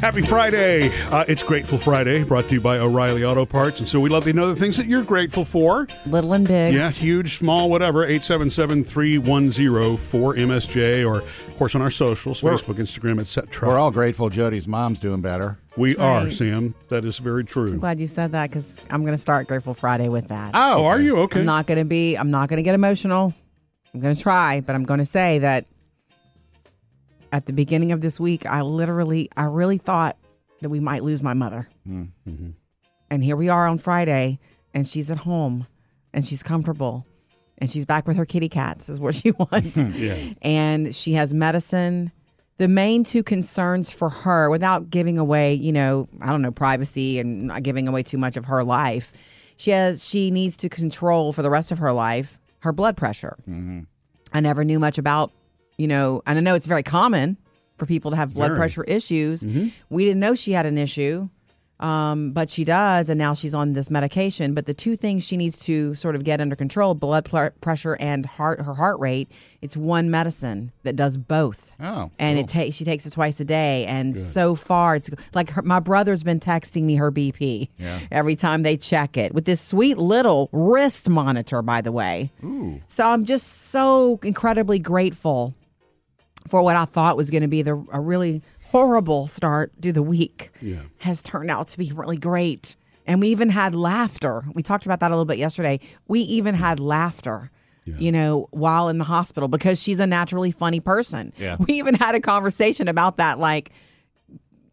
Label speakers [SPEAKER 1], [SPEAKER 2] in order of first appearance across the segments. [SPEAKER 1] Happy Friday. Uh, it's Grateful Friday, brought to you by O'Reilly Auto Parts. And so we'd love to know the things that you're grateful for.
[SPEAKER 2] Little and big.
[SPEAKER 1] Yeah, huge, small, whatever. 877 310 4MSJ, or of course on our socials Facebook, Instagram, etc.
[SPEAKER 3] We're all grateful Jody's mom's doing better.
[SPEAKER 1] We
[SPEAKER 2] That's
[SPEAKER 1] are,
[SPEAKER 2] right.
[SPEAKER 1] Sam. That is very true.
[SPEAKER 2] Glad you said that because I'm going to start Grateful Friday with that.
[SPEAKER 1] Oh, are you? Okay.
[SPEAKER 2] I'm not going to be, I'm not going to get emotional. I'm going to try, but I'm going to say that at the beginning of this week, I literally, I really thought that we might lose my mother. And here we are on Friday, and she's at home and she's comfortable and she's back with her kitty cats, is what she wants.
[SPEAKER 1] Yeah.
[SPEAKER 2] and she has medicine. The main two concerns for her, without giving away, you know, I don't know, privacy and not giving away too much of her life, she has she needs to control for the rest of her life her blood pressure. I never knew much about, you know, and I know it's very common for people to have blood
[SPEAKER 1] Very.
[SPEAKER 2] pressure issues. We didn't know she had an issue, um, but she does, and now she's on this medication. But the two things she needs to sort of get under control: blood pl- pressure and heart, her heart rate. It's one medicine that does both.
[SPEAKER 3] Oh,
[SPEAKER 2] and it takes she takes it twice a day, and so far it's like her, my brother's been texting me her BP every time they check it with this sweet little wrist monitor, by the way. So I'm just so incredibly grateful for what I thought was going to be the a really horrible start to the week.
[SPEAKER 1] Yeah.
[SPEAKER 2] Has turned out to be really great. And we even had laughter. We talked about that a little bit yesterday. We even had laughter. You know, while in the hospital because she's a naturally funny person.
[SPEAKER 3] Yeah.
[SPEAKER 2] We even had a conversation about that like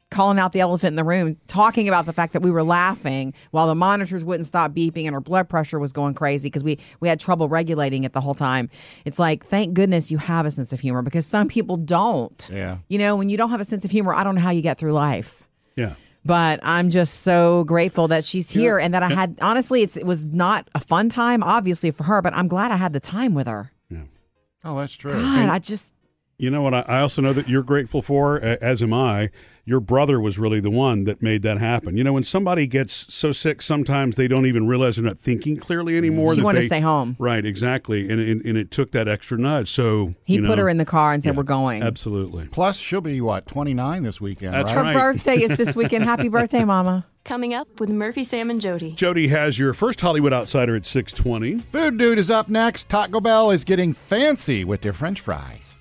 [SPEAKER 2] calling out the elephant in the room, talking about the fact that we were laughing while the monitors wouldn't stop beeping and her blood pressure was going crazy because we, we had trouble regulating it the whole time. It's like, thank goodness you have a sense of humor because some people don't.
[SPEAKER 3] Yeah.
[SPEAKER 2] You know, when you don't have a sense of humor, I don't know how you get through life.
[SPEAKER 1] Yeah.
[SPEAKER 2] But I'm just so grateful that she's here and that I had, honestly, it's, it was not a fun time, obviously, for her, but I'm glad I had the time with her.
[SPEAKER 1] Yeah.
[SPEAKER 3] oh, that's true.
[SPEAKER 2] God, I just,
[SPEAKER 1] You know what? I, I also know that you're grateful for, a- as am I. Your brother was really the one that made that happen. You know, when somebody gets so sick, sometimes they don't even realize they're not thinking clearly anymore.
[SPEAKER 2] She
[SPEAKER 1] that
[SPEAKER 2] wanted
[SPEAKER 1] they-
[SPEAKER 2] to Mm-hmm. stay home.
[SPEAKER 1] right? Exactly, and, and and it took that extra nudge. So
[SPEAKER 2] he
[SPEAKER 1] you
[SPEAKER 2] put
[SPEAKER 1] know,
[SPEAKER 2] her in the car and said,
[SPEAKER 1] yeah,
[SPEAKER 2] We're going.
[SPEAKER 1] Absolutely.
[SPEAKER 3] Plus, she'll be what twenty nine this weekend,
[SPEAKER 1] That's
[SPEAKER 3] right?
[SPEAKER 2] Her
[SPEAKER 1] right.
[SPEAKER 2] birthday is this weekend. Happy birthday, Mama.
[SPEAKER 4] Coming up with Murphy, Sam, and Jody.
[SPEAKER 1] Jody has your first Hollywood outsider at six twenty.
[SPEAKER 3] Food Dude is up next. Taco Bell is getting fancy with their French fries.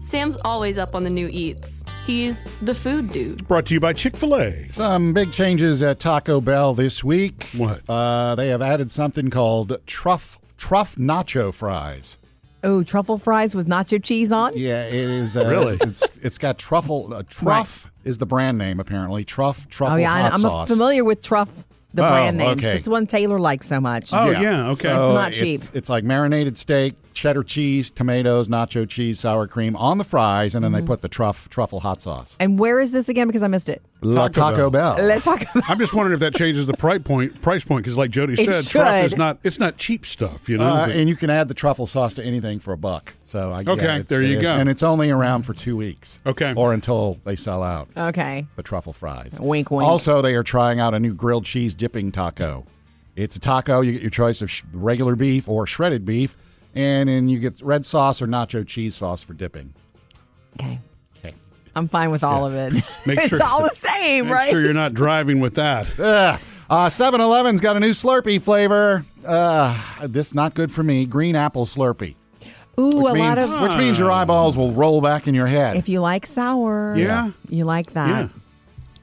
[SPEAKER 4] Sam's always up on the new eats. He's the food dude.
[SPEAKER 1] Brought to you by Chick Fil A.
[SPEAKER 3] Some big changes at Taco Bell this week.
[SPEAKER 1] What?
[SPEAKER 3] Uh, they have added something called truff truff nacho fries.
[SPEAKER 2] Oh, truffle fries with nacho cheese on?
[SPEAKER 3] Yeah, it is. Uh,
[SPEAKER 1] Oh, Really?
[SPEAKER 3] It's it's got truffle. Uh, truff is the brand name apparently. Truff truffle
[SPEAKER 2] Oh yeah, I-
[SPEAKER 3] hot
[SPEAKER 2] I'm
[SPEAKER 3] sauce.
[SPEAKER 2] familiar with Truff, the
[SPEAKER 3] Oh,
[SPEAKER 2] brand name.
[SPEAKER 3] okay.
[SPEAKER 2] It's one Taylor likes so much.
[SPEAKER 1] Oh yeah, okay.
[SPEAKER 3] So
[SPEAKER 2] It's not cheap.
[SPEAKER 3] It's, it's like marinated steak, cheddar cheese, tomatoes, nacho cheese, sour cream on the fries, and then
[SPEAKER 2] Mm-hmm.
[SPEAKER 3] they put the truff truffle hot sauce.
[SPEAKER 2] And where is this again? Because I missed it.
[SPEAKER 3] La
[SPEAKER 1] Taco
[SPEAKER 3] Taco Bell.
[SPEAKER 2] Let's talk about.
[SPEAKER 1] I'm just wondering if that changes the price point. Price point, because like Jody
[SPEAKER 2] It
[SPEAKER 1] said, truff is
[SPEAKER 2] should.
[SPEAKER 1] not it's not cheap stuff. You know,
[SPEAKER 3] Uh,
[SPEAKER 1] But-
[SPEAKER 3] and you can add the truffle sauce to anything for a buck. So I, yeah,
[SPEAKER 1] Okay,
[SPEAKER 3] it's-
[SPEAKER 1] there
[SPEAKER 3] it
[SPEAKER 1] you
[SPEAKER 3] is.
[SPEAKER 1] go.
[SPEAKER 3] And it's only around for two weeks.
[SPEAKER 1] Okay.
[SPEAKER 3] or until they sell out
[SPEAKER 2] Okay.
[SPEAKER 3] the truffle fries.
[SPEAKER 2] Wink, wink.
[SPEAKER 3] Also, they are trying out a new grilled cheese dipping taco. It's a taco. You get your choice of sh- regular beef or shredded beef, and then you get red sauce or nacho cheese sauce for dipping.
[SPEAKER 2] Okay.
[SPEAKER 3] Okay.
[SPEAKER 2] I'm fine with all of it.
[SPEAKER 1] Make
[SPEAKER 2] it's
[SPEAKER 1] sure-
[SPEAKER 2] all the same,
[SPEAKER 1] make
[SPEAKER 2] right?
[SPEAKER 1] sure you're not driving with that.
[SPEAKER 3] Uh, 7-Eleven's got a new Slurpee flavor. Uh, this not good for me. Green apple Slurpee,
[SPEAKER 2] Ooh, a
[SPEAKER 3] which
[SPEAKER 2] lot
[SPEAKER 3] means,
[SPEAKER 2] of.
[SPEAKER 3] which means your eyeballs will roll back in your head.
[SPEAKER 2] If you like sour,
[SPEAKER 1] Yeah.
[SPEAKER 2] you like
[SPEAKER 1] Yeah. Uh,
[SPEAKER 2] that,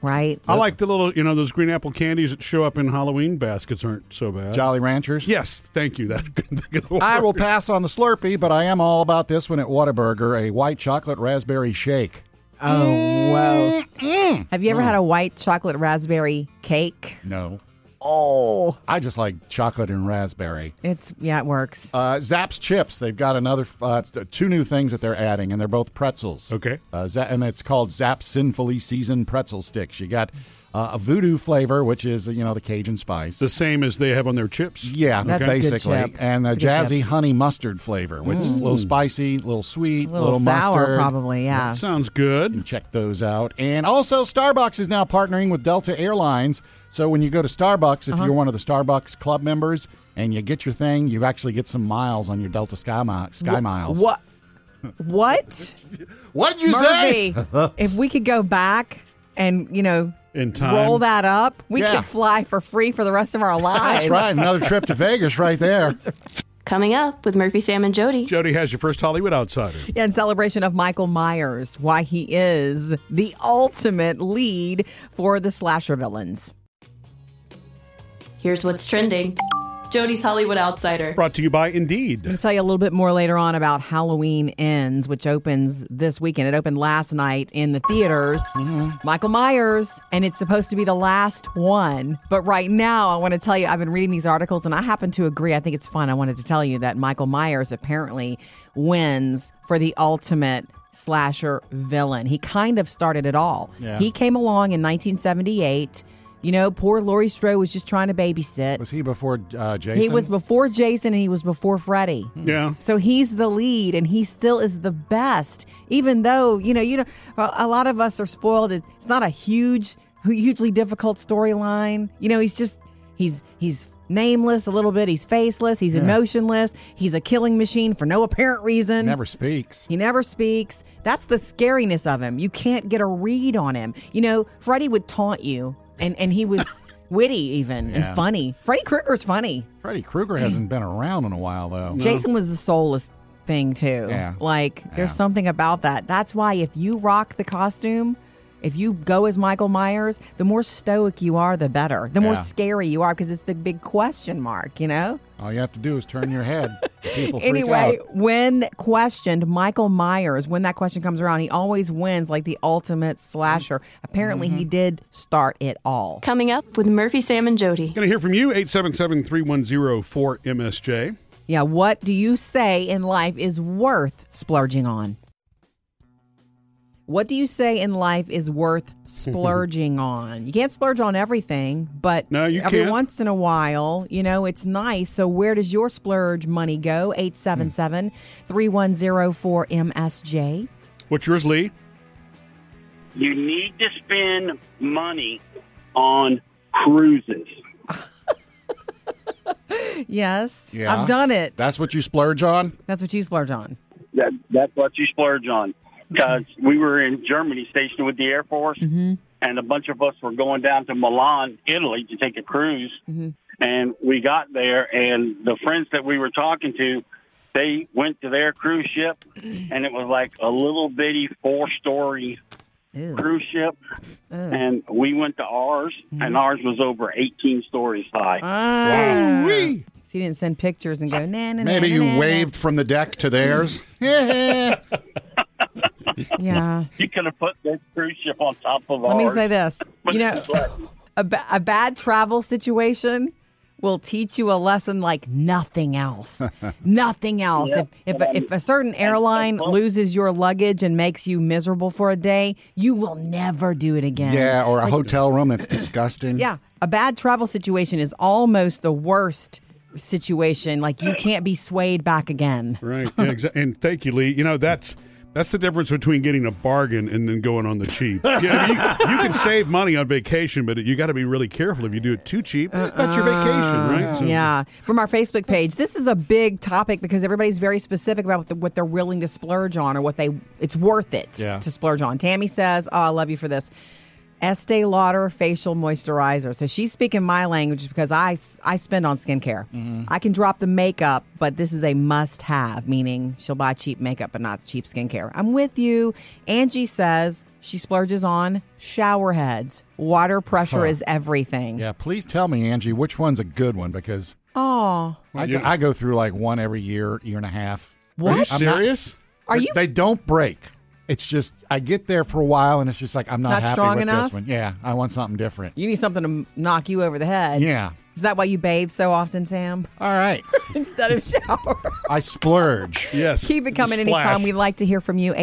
[SPEAKER 2] right?
[SPEAKER 1] I like the little, you know, those green apple candies that show up in Halloween baskets aren't so bad.
[SPEAKER 3] Jolly Ranchers.
[SPEAKER 1] Yes, thank you. That's good. good word.
[SPEAKER 3] I will pass on the Slurpee, but I am all about this one at Whataburger, a white chocolate raspberry shake.
[SPEAKER 2] Oh whoa! Have you ever had a white chocolate raspberry cake?
[SPEAKER 3] No.
[SPEAKER 2] Oh,
[SPEAKER 3] I just like chocolate and raspberry.
[SPEAKER 2] it's yeah, it works.
[SPEAKER 3] Uh, Zapp's chips. They've got another uh, two new things that they're adding, and they're both pretzels.
[SPEAKER 1] Okay.
[SPEAKER 3] Uh, Za- and it's called Zapp's sinfully seasoned pretzel sticks. You got uh, a voodoo flavor, which is you know the Cajun spice.
[SPEAKER 1] the same as they have on their chips.
[SPEAKER 3] Yeah,
[SPEAKER 2] That's a good
[SPEAKER 3] basically,
[SPEAKER 2] chip.
[SPEAKER 3] and a
[SPEAKER 2] That's a good
[SPEAKER 3] jazzy honey mustard flavor, which is a
[SPEAKER 2] Mm.
[SPEAKER 3] little spicy, a little sweet,
[SPEAKER 2] a little, sour,
[SPEAKER 3] mustard.
[SPEAKER 2] probably. Yeah.
[SPEAKER 1] Sounds good.
[SPEAKER 3] Check those out. And also, Starbucks is now partnering with Delta Airlines. So when you go to Starbucks,
[SPEAKER 2] Uh-huh.
[SPEAKER 3] if you're one of the Starbucks club members and you get your thing, you actually get some miles on your Delta Sky, mi- Sky Miles.
[SPEAKER 2] What? What?
[SPEAKER 3] What did you say?
[SPEAKER 2] Murphy, if we could go back and, you know,
[SPEAKER 1] In time.
[SPEAKER 2] roll that up, we
[SPEAKER 3] Yeah.
[SPEAKER 2] could fly for free for the rest of our lives.
[SPEAKER 3] That's right. Another trip to Vegas right there.
[SPEAKER 4] Coming up with Murphy, Sam, and Jody.
[SPEAKER 1] Jody has your first Hollywood outsider.
[SPEAKER 2] Yeah, in celebration of Michael Myers, why he is the ultimate lead for the slasher villains.
[SPEAKER 4] Here's what's trending Jody's Hollywood Outsider.
[SPEAKER 1] Brought to you by Indeed.
[SPEAKER 2] I'm going to tell you a little bit more later on about Halloween Ends, which opens this weekend. It opened last night in the theaters.
[SPEAKER 3] Mm-hmm.
[SPEAKER 2] Michael Myers, and it's supposed to be the last one. But right now, I want to tell you, I've been reading these articles and I happen to agree. I think it's fun. I wanted to tell you that Michael Myers apparently wins for the ultimate slasher villain. He kind of started it all. He came along in 1978. You know, poor Laurie Strode was just trying to babysit.
[SPEAKER 3] Was he before uh, Jason?
[SPEAKER 2] He was before Jason and he was before Freddy.
[SPEAKER 1] Yeah.
[SPEAKER 2] So he's the lead, and he still is the best. Even though you know, you know, a a lot of us are spoiled. It- It's not a huge, hugely difficult storyline. You know, he's just he's he's nameless a little bit. He's faceless. He's emotionless. He's a killing machine for no apparent reason.
[SPEAKER 3] Never speaks.
[SPEAKER 2] He never speaks. That's the scariness of him. You can't get a read on him. You know, Freddie would taunt you, and and he was witty even and funny. Freddie Krueger's funny.
[SPEAKER 3] Freddy Krueger hasn't been around in a while though.
[SPEAKER 2] Jason was the soulless thing too.
[SPEAKER 3] Yeah.
[SPEAKER 2] Like there's something about that. That's why if you rock the costume, if you go as Michael Myers, the more stoic you are, the better. The more
[SPEAKER 3] Yeah.
[SPEAKER 2] scary you are because it's the big question mark, you know?
[SPEAKER 3] All you have to do is turn your head. People freak
[SPEAKER 2] anyway,
[SPEAKER 3] out.
[SPEAKER 2] when questioned, Michael Myers, when that question comes around, he always wins like the ultimate slasher. Apparently, he
[SPEAKER 3] Mm-hmm.
[SPEAKER 2] did start it all.
[SPEAKER 4] Coming up with Murphy, Sam, and Jody.
[SPEAKER 1] Going to hear from you, 877-310-4MSJ.
[SPEAKER 2] Yeah, what do you say in life is worth splurging on? What do you say in life is worth splurging on? You can't splurge on everything, but
[SPEAKER 1] No, you
[SPEAKER 2] every
[SPEAKER 1] can't.
[SPEAKER 2] once in a while, you know, it's nice. So where does your splurge money go? 877-3104-MSJ.
[SPEAKER 1] What's yours, Lee?
[SPEAKER 5] You need to spend money on cruises.
[SPEAKER 2] Yes,
[SPEAKER 3] Yeah.
[SPEAKER 2] I've done it.
[SPEAKER 3] That's what you splurge on.
[SPEAKER 2] That's what you splurge on.
[SPEAKER 5] That, that's what you splurge on. Because we were in Germany stationed with the Air Force, and a bunch of us were going down to Milan, Italy, to take a cruise. And we got there, and the friends that we were talking to, they went to their cruise ship, and it was like a little bitty four story
[SPEAKER 2] Ew.
[SPEAKER 5] cruise ship. And we went to ours, and ours was over 18 stories high.
[SPEAKER 2] Ah.
[SPEAKER 3] Wee.
[SPEAKER 2] So you didn't send pictures and go, nah, nah, nah,
[SPEAKER 3] Maybe
[SPEAKER 2] nah,
[SPEAKER 3] you
[SPEAKER 2] nah, nah."
[SPEAKER 3] waved from the deck to theirs. Yeah.
[SPEAKER 2] Yeah.
[SPEAKER 5] You could have put this cruise ship on top of
[SPEAKER 2] Let
[SPEAKER 5] ours.
[SPEAKER 2] me say this.
[SPEAKER 5] But
[SPEAKER 2] You know,
[SPEAKER 5] it's like-
[SPEAKER 2] a, ba- a bad travel situation will teach you a lesson like nothing else. nothing else.
[SPEAKER 5] Yeah,
[SPEAKER 2] If if
[SPEAKER 5] and
[SPEAKER 2] a,
[SPEAKER 5] I'm-
[SPEAKER 2] if a certain airline
[SPEAKER 5] well-
[SPEAKER 2] loses your luggage and makes you miserable for a day, you will never do it again.
[SPEAKER 3] yeah, or a hotel room that's disgusting.
[SPEAKER 2] Yeah, a bad travel situation is almost the worst situation. Like you can't be swayed back again.
[SPEAKER 1] Right. Yeah, exa- and thank you, Lee. You know, that's that's the difference between getting a bargain and then going on the cheap. Yeah, you, you can save money on vacation, but you got to be really careful if you do it too cheap. That's your vacation,
[SPEAKER 3] Uh-uh.
[SPEAKER 1] right?
[SPEAKER 3] Mm-hmm.
[SPEAKER 1] So-
[SPEAKER 2] Yeah, from our Facebook page. This is a big topic because everybody's very specific about what, the, what they're willing to splurge on or what they it's worth it
[SPEAKER 3] Yeah.
[SPEAKER 2] to splurge on. Tammy says, "Oh, I love you for this." Estee Lauder facial moisturizer. So she's speaking my language because I, s- I spend on skincare.
[SPEAKER 3] Mm-hmm.
[SPEAKER 2] I can drop the makeup, but this is a must have, meaning she'll buy cheap makeup but not cheap skincare. I'm with you. Angie says she splurges on shower heads. Water pressure is everything.
[SPEAKER 3] Yeah, please tell me, Angie, which one's a good one because
[SPEAKER 2] Oh,
[SPEAKER 3] I, go- I go through like one every year, year and a half.
[SPEAKER 1] Are you
[SPEAKER 2] what?
[SPEAKER 1] serious?
[SPEAKER 2] Are you
[SPEAKER 3] They don't break. It's just I get there for a while, and it's just like I'm not,
[SPEAKER 2] Not
[SPEAKER 3] happy
[SPEAKER 2] strong
[SPEAKER 3] with
[SPEAKER 2] enough?
[SPEAKER 3] this one. Yeah, I want something different.
[SPEAKER 2] You need something to m- knock you over the head.
[SPEAKER 3] Yeah.
[SPEAKER 2] Is that why you bathe so often, Sam?
[SPEAKER 3] All right.
[SPEAKER 2] Instead of shower.
[SPEAKER 3] I splurge.
[SPEAKER 1] yes.
[SPEAKER 2] Keep it coming
[SPEAKER 1] Splash.
[SPEAKER 2] anytime. We'd like to hear from you.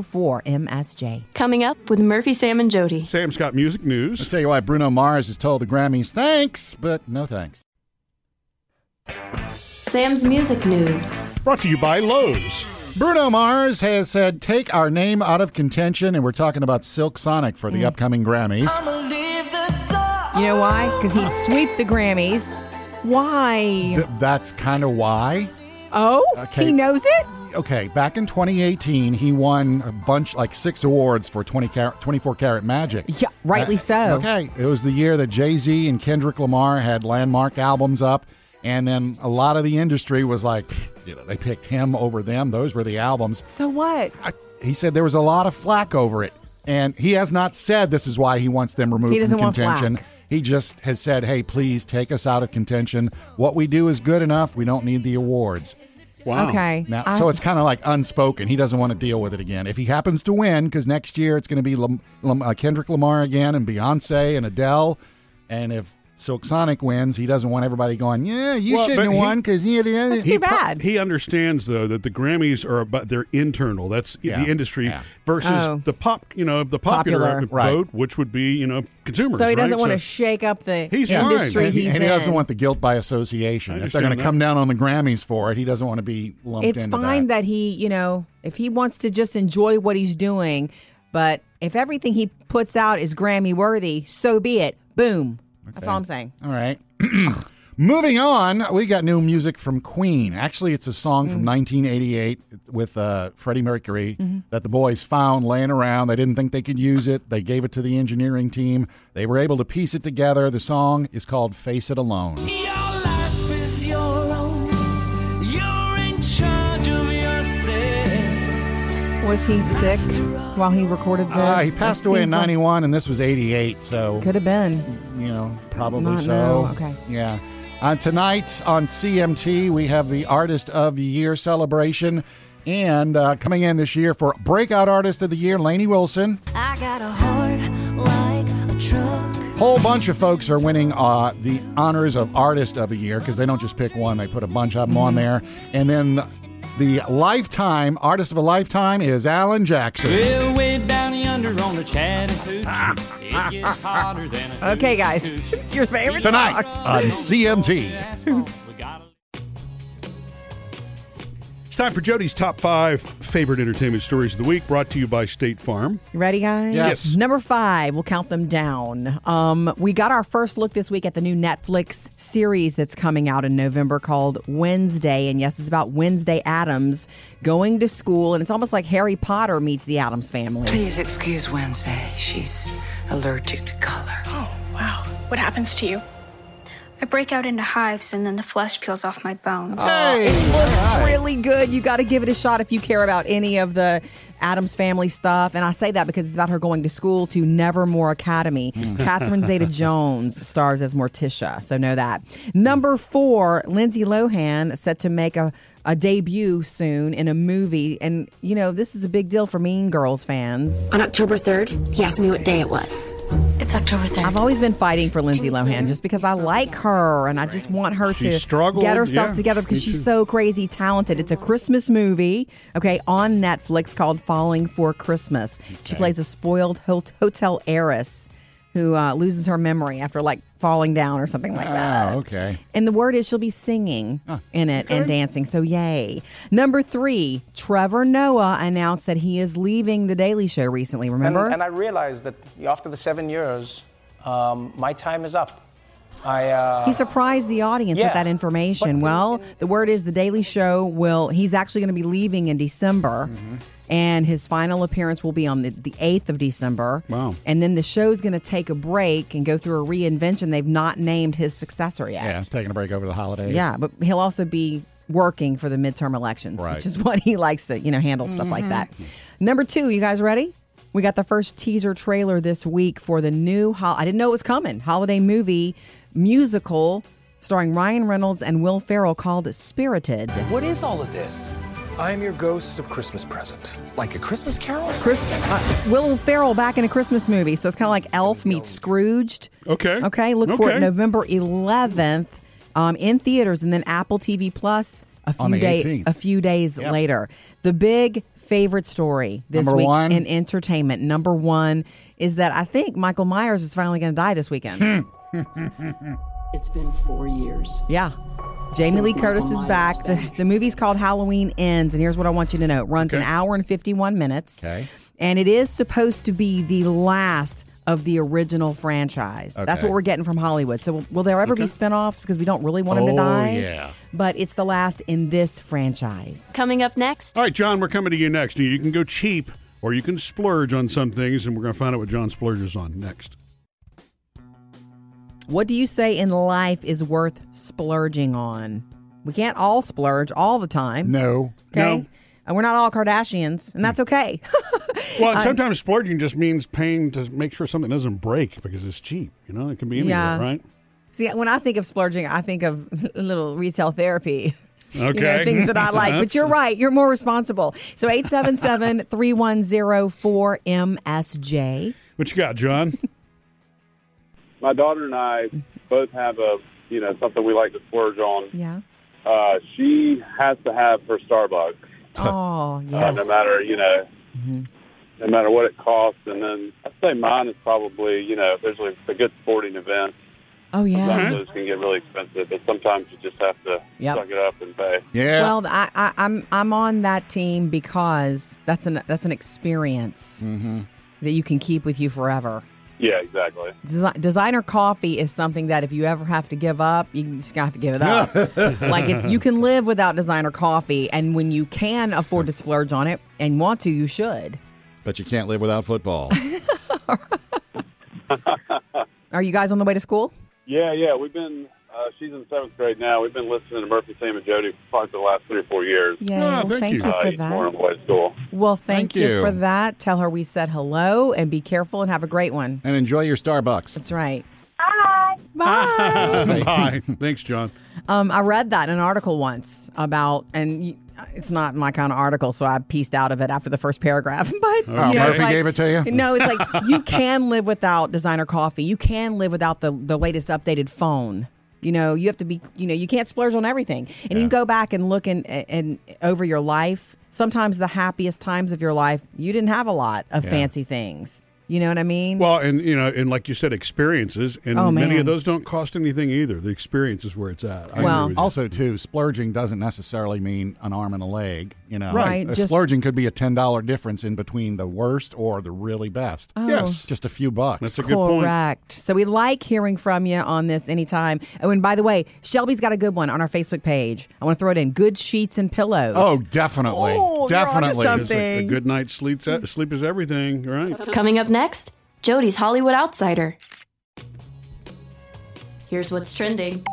[SPEAKER 2] 877-310-4MSJ.
[SPEAKER 4] Coming up with Murphy, Sam, and Jody.
[SPEAKER 1] Sam's got music
[SPEAKER 3] I'll
[SPEAKER 1] news.
[SPEAKER 3] tell you why Bruno Mars has told the Grammys thanks, but no thanks.
[SPEAKER 4] Sam's Music News.
[SPEAKER 1] Brought to you by Lowe's.
[SPEAKER 3] Bruno Mars has said, take our name out of contention, and we're talking about Silk Sonic for the
[SPEAKER 2] Mm.
[SPEAKER 3] upcoming Grammys.
[SPEAKER 2] You know why? Because he'd sweep the Grammys. Why?
[SPEAKER 3] Th- that's kind of why.
[SPEAKER 2] Oh,
[SPEAKER 3] Okay.
[SPEAKER 2] he knows it?
[SPEAKER 3] Okay, back in 2018, he won a bunch, like six awards for 20 car- 24 Karat Magic.
[SPEAKER 2] Yeah, rightly
[SPEAKER 3] Uh,
[SPEAKER 2] so.
[SPEAKER 3] Okay, it was the year that Jay Z and Kendrick Lamar had landmark albums up, and then a lot of the industry was like, you know, they picked him over them. Those were the albums.
[SPEAKER 2] So what?
[SPEAKER 3] I, he said there was a lot of flack over it, and he has not said this is why he wants them removed
[SPEAKER 2] He doesn't
[SPEAKER 3] from
[SPEAKER 2] want
[SPEAKER 3] contention.
[SPEAKER 2] flack.
[SPEAKER 3] He just has said, "Hey, please take us out of contention. What we do is good enough. We don't need the awards."
[SPEAKER 1] Wow.
[SPEAKER 2] Okay.
[SPEAKER 3] Oh, Now,
[SPEAKER 2] I-
[SPEAKER 3] so it's kind of like unspoken. He doesn't want to deal with it again. If he happens to win, because next year it's going to be Lam- Lam- uh, Kendrick Lamar again and Beyonce and Adele, and if Silk Sonic wins, he doesn't want everybody going, "Yeah, you
[SPEAKER 1] Well,
[SPEAKER 3] shouldn't
[SPEAKER 1] but
[SPEAKER 3] have
[SPEAKER 1] he-
[SPEAKER 3] won because you
[SPEAKER 2] That's
[SPEAKER 3] didn't."
[SPEAKER 2] too
[SPEAKER 1] pro-
[SPEAKER 2] bad.
[SPEAKER 1] He understands though that the Grammys are about they're internal. That's
[SPEAKER 3] Yeah,
[SPEAKER 1] the industry
[SPEAKER 3] yeah.
[SPEAKER 1] versus
[SPEAKER 2] Oh.
[SPEAKER 1] the pop, you know, the popular,
[SPEAKER 2] Popular.
[SPEAKER 3] Right.
[SPEAKER 1] vote, which would be you know consumers.
[SPEAKER 2] so he doesn't
[SPEAKER 1] right?
[SPEAKER 2] want to shake up the
[SPEAKER 1] He's fine.
[SPEAKER 2] industry
[SPEAKER 3] and, he-
[SPEAKER 2] he's
[SPEAKER 3] and he
[SPEAKER 2] in.
[SPEAKER 3] doesn't want the guilt by association.
[SPEAKER 1] I
[SPEAKER 3] If they're going to
[SPEAKER 1] understand
[SPEAKER 3] come down on the Grammys for it, he doesn't want to be lumped
[SPEAKER 2] it's
[SPEAKER 3] into
[SPEAKER 2] fine
[SPEAKER 3] that.
[SPEAKER 2] that. he, you know, if he wants to just enjoy what he's doing, but if everything he puts out is Grammy worthy, so be it. Boom. That's all I'm saying.
[SPEAKER 3] All right. Moving on, we got new music from Queen. Actually, it's a song from 1988 with uh, Freddie Mercury that the boys found laying around. They didn't think they could use it. They gave it to the engineering team. They were able to piece it together. The song is called Face It Alone.
[SPEAKER 6] Your life is your own. You're in charge of yourself.
[SPEAKER 2] Was he sick while he recorded this?
[SPEAKER 3] Uh, he passed away in 91, and this was 88, so.
[SPEAKER 2] Could have been.
[SPEAKER 3] you know, probably
[SPEAKER 2] Not
[SPEAKER 3] so.
[SPEAKER 2] now, okay.
[SPEAKER 3] Yeah. Uh, tonight on CMT, we have the Artist of the Year celebration. And uh, coming in this year for Breakout Artist of the Year, Lainey Wilson.
[SPEAKER 7] I got a heart like a truck.
[SPEAKER 3] Whole bunch of folks are winning uh, the honors of Artist of the Year because they don't just pick one; they put a bunch of them on there. And then the lifetime artist of a lifetime is Alan Jackson.
[SPEAKER 6] Well, way down yonder on the Chattahoochee, it gets hotter than a
[SPEAKER 2] Okay, guys.
[SPEAKER 6] hoochie-coochie.
[SPEAKER 2] It's your favorite
[SPEAKER 3] Tonight
[SPEAKER 2] song.
[SPEAKER 3] on CMT.
[SPEAKER 6] That's all we gotta-
[SPEAKER 1] It's time for Jody's top five favorite entertainment stories of the week, brought to you by State Farm.
[SPEAKER 2] Ready, guys?
[SPEAKER 3] Yes.
[SPEAKER 2] Number five, we'll count them down. Um, we got our first look this week at the new Netflix series that's coming out in November called Wednesday. And yes, it's about Wednesday Adams going to school. And it's almost like Harry Potter meets the Adams family.
[SPEAKER 8] Please excuse Wednesday. She's allergic to color.
[SPEAKER 9] Oh, Wow. What happens to you?
[SPEAKER 7] I break out into hives and then the flesh peels off my bones.
[SPEAKER 10] Uh,
[SPEAKER 3] Hey,
[SPEAKER 2] Looks really good. You got to give it a shot if you care about any of the Adams family stuff. And I say that because it's about her going to school to Nevermore Academy. Catherine Zeta Jones stars as Morticia, so know that. Number four, Lindsay Lohan set to make a, a debut soon in a movie. And, you know, this is a big deal for Mean Girls fans.
[SPEAKER 11] On October 3rd, he asked me what day it was.
[SPEAKER 8] It's October 3rd.
[SPEAKER 2] I've always been fighting for Lindsay Lohan just because I like her and I just want her
[SPEAKER 1] She
[SPEAKER 2] to
[SPEAKER 1] struggled,
[SPEAKER 2] get herself
[SPEAKER 1] yeah,
[SPEAKER 2] together
[SPEAKER 1] me
[SPEAKER 2] because she's
[SPEAKER 1] too.
[SPEAKER 2] so crazy talented. It's a Christmas movie, okay, on Netflix called Falling for Christmas. She plays a spoiled ho- hotel heiress who uh, loses her memory after like falling down or something like that.
[SPEAKER 1] Ah,
[SPEAKER 3] Oh, okay.
[SPEAKER 2] And the word is she'll be singing in it and dancing. So, yay. Number three, Trevor Noah announced that he is leaving The Daily Show recently. Remember?
[SPEAKER 10] And I realized that after the seven years, um, my time is up. I, uh,
[SPEAKER 2] He surprised the audience with
[SPEAKER 10] Yeah.
[SPEAKER 2] that information. well, the word is the Daily Show will, he's actually going to be leaving in December.
[SPEAKER 10] Mm-hmm.
[SPEAKER 2] And his final appearance will be on the, the 8th of December.
[SPEAKER 1] Wow.
[SPEAKER 2] And then the show's going to take a break and go through a reinvention. They've not named his successor yet.
[SPEAKER 3] Yeah, taking a break over the holidays.
[SPEAKER 2] Yeah, but he'll also be working for the midterm elections,
[SPEAKER 3] Right.
[SPEAKER 2] which is what he likes to, you know, handle stuff like that. Number two, you guys ready? We got the first teaser trailer this week for the new. Hol- I didn't know it was coming. Holiday movie musical starring Ryan Reynolds and Will Ferrell called Spirited.
[SPEAKER 6] What is all of this? I am your ghost of Christmas present. Like a Christmas carol?
[SPEAKER 2] Chris uh, Will Ferrell back in a Christmas movie, so it's kind of like Elf meets Scrooged.
[SPEAKER 1] Okay.
[SPEAKER 2] Okay, look for it
[SPEAKER 1] Okay.
[SPEAKER 2] November 11th um, in theaters, and then Apple TV Plus a few
[SPEAKER 3] On the
[SPEAKER 2] day,
[SPEAKER 3] 18th.
[SPEAKER 2] a few days later. The big favorite story this
[SPEAKER 3] Number
[SPEAKER 2] week
[SPEAKER 3] one.
[SPEAKER 2] in entertainment, number one, is that I think Michael Myers is finally going to die this weekend.
[SPEAKER 11] It's been four years.
[SPEAKER 2] yeah. Jamie
[SPEAKER 11] Since
[SPEAKER 2] Lee
[SPEAKER 11] Michael
[SPEAKER 2] Curtis is
[SPEAKER 11] Myers
[SPEAKER 2] back. The,
[SPEAKER 11] vanished.
[SPEAKER 2] the movie's called Halloween Ends, and here's what I want you to know: it runs an hour and 51 minutes.
[SPEAKER 3] Okay.
[SPEAKER 2] And it is supposed to be the last of the original franchise. That's
[SPEAKER 12] Okay.
[SPEAKER 2] what we're getting from Hollywood. So will, will there ever be spin-offs because we don't really want them to
[SPEAKER 1] Oh,
[SPEAKER 2] die?
[SPEAKER 1] yeah.
[SPEAKER 2] But it's the last in this franchise.
[SPEAKER 4] Coming up next,
[SPEAKER 1] All right, John, we're coming to you next. You can go cheap or you can splurge on some things, and we're going to find out what John splurges on next.
[SPEAKER 2] What do you say in life is worth splurging on? We can't all splurge all the time.
[SPEAKER 3] No.
[SPEAKER 2] Okay?
[SPEAKER 1] No.
[SPEAKER 2] And we're not all Kardashians, and that's okay.
[SPEAKER 1] Well, and
[SPEAKER 2] Uh,
[SPEAKER 1] sometimes splurging just means paying to make sure something doesn't break because it's cheap. You know, it can be anywhere,
[SPEAKER 2] Yeah.
[SPEAKER 1] right?
[SPEAKER 2] See, when I think of splurging, I think of a little retail therapy. You know,
[SPEAKER 1] Okay.
[SPEAKER 2] things that I like. But
[SPEAKER 1] That's-
[SPEAKER 2] you're right. You're more responsible. So 877 310 4MSJ.
[SPEAKER 1] What you got, John?
[SPEAKER 13] My daughter and I both have a you know something we like to splurge on.
[SPEAKER 2] Yeah.
[SPEAKER 13] Uh, she has to have her Starbucks,
[SPEAKER 2] Oh,
[SPEAKER 13] uh,
[SPEAKER 2] yes. Mm-hmm.
[SPEAKER 13] no matter you know, no matter what it costs. And then I'd say mine is probably you know if there's like a good sporting event.
[SPEAKER 2] Oh,
[SPEAKER 13] Sometimes
[SPEAKER 5] Mm-hmm.
[SPEAKER 2] yeah.
[SPEAKER 13] those can get really expensive, but sometimes you just have to
[SPEAKER 2] Yep.
[SPEAKER 13] suck it up and pay.
[SPEAKER 2] Well, I, I, I'm I'm on that team because that's an that's an experience
[SPEAKER 1] Mm-hmm.
[SPEAKER 2] that you can keep with you forever.
[SPEAKER 13] Yeah, exactly.
[SPEAKER 2] Desi- designer coffee is something that if you ever have to give up, you just got to give it up. like it's you can live without designer coffee, and when you can afford to splurge on it and want to, you should.
[SPEAKER 3] But you can't live without football.
[SPEAKER 2] Are you guys on the way to school?
[SPEAKER 13] Yeah, yeah. We've been. Uh, she's in seventh grade now. We've been listening to Murphy, Sam, and Jody for probably the last three or four years.
[SPEAKER 2] Yay, Ah, well, thank thank you. you
[SPEAKER 13] Uh,
[SPEAKER 2] for
[SPEAKER 13] each
[SPEAKER 2] that.
[SPEAKER 13] morning before I school.
[SPEAKER 2] Well, thank,
[SPEAKER 3] Thank
[SPEAKER 2] you.
[SPEAKER 3] you.
[SPEAKER 2] for that. Tell her we said hello and be careful and have a great one.
[SPEAKER 3] and enjoy your Starbucks.
[SPEAKER 2] That's right. Bye. Bye.
[SPEAKER 1] Bye. Thanks, John.
[SPEAKER 2] Um, I read that in an article once about, and y- it's not my kind of article, so I pieced out of it after the first paragraph. But
[SPEAKER 3] Oh,
[SPEAKER 2] you know, it's
[SPEAKER 3] Murphy
[SPEAKER 2] like-
[SPEAKER 3] gave it to you?
[SPEAKER 2] No, it's like you can live without designer coffee. You can live without the the latest updated phone. You know, you have to be. You know, you can't splurge on everything, and you can go back and look and and over your life. Sometimes the happiest times of your life, you didn't have a lot of
[SPEAKER 1] Yeah.
[SPEAKER 2] fancy things. You know what I mean?
[SPEAKER 1] Well, and you know, and like you said, experiences, and
[SPEAKER 2] Oh,
[SPEAKER 1] many
[SPEAKER 2] man.
[SPEAKER 1] of those don't cost anything either. The experience is where it's at. I agree with you.
[SPEAKER 3] also too, splurging doesn't necessarily mean an arm and a leg. You know,
[SPEAKER 1] Right,
[SPEAKER 3] A
[SPEAKER 1] just-
[SPEAKER 3] splurging could be a ten dollar difference in between the worst or the really best.
[SPEAKER 2] Oh. Yes.
[SPEAKER 3] just a few bucks. That's a
[SPEAKER 2] Correct. So we like hearing from you on this anytime. Oh, and by the way, Shelby's got a good one on our Facebook page. I want to throw it in. Good sheets and pillows.
[SPEAKER 3] Oh, definitely,
[SPEAKER 2] Ooh, Oh, you're onto
[SPEAKER 3] definitely.
[SPEAKER 2] something.
[SPEAKER 1] A, a good night's sleep, sleep is everything, right?
[SPEAKER 4] coming up next, Jody's Hollywood Outsider. Here's what's trending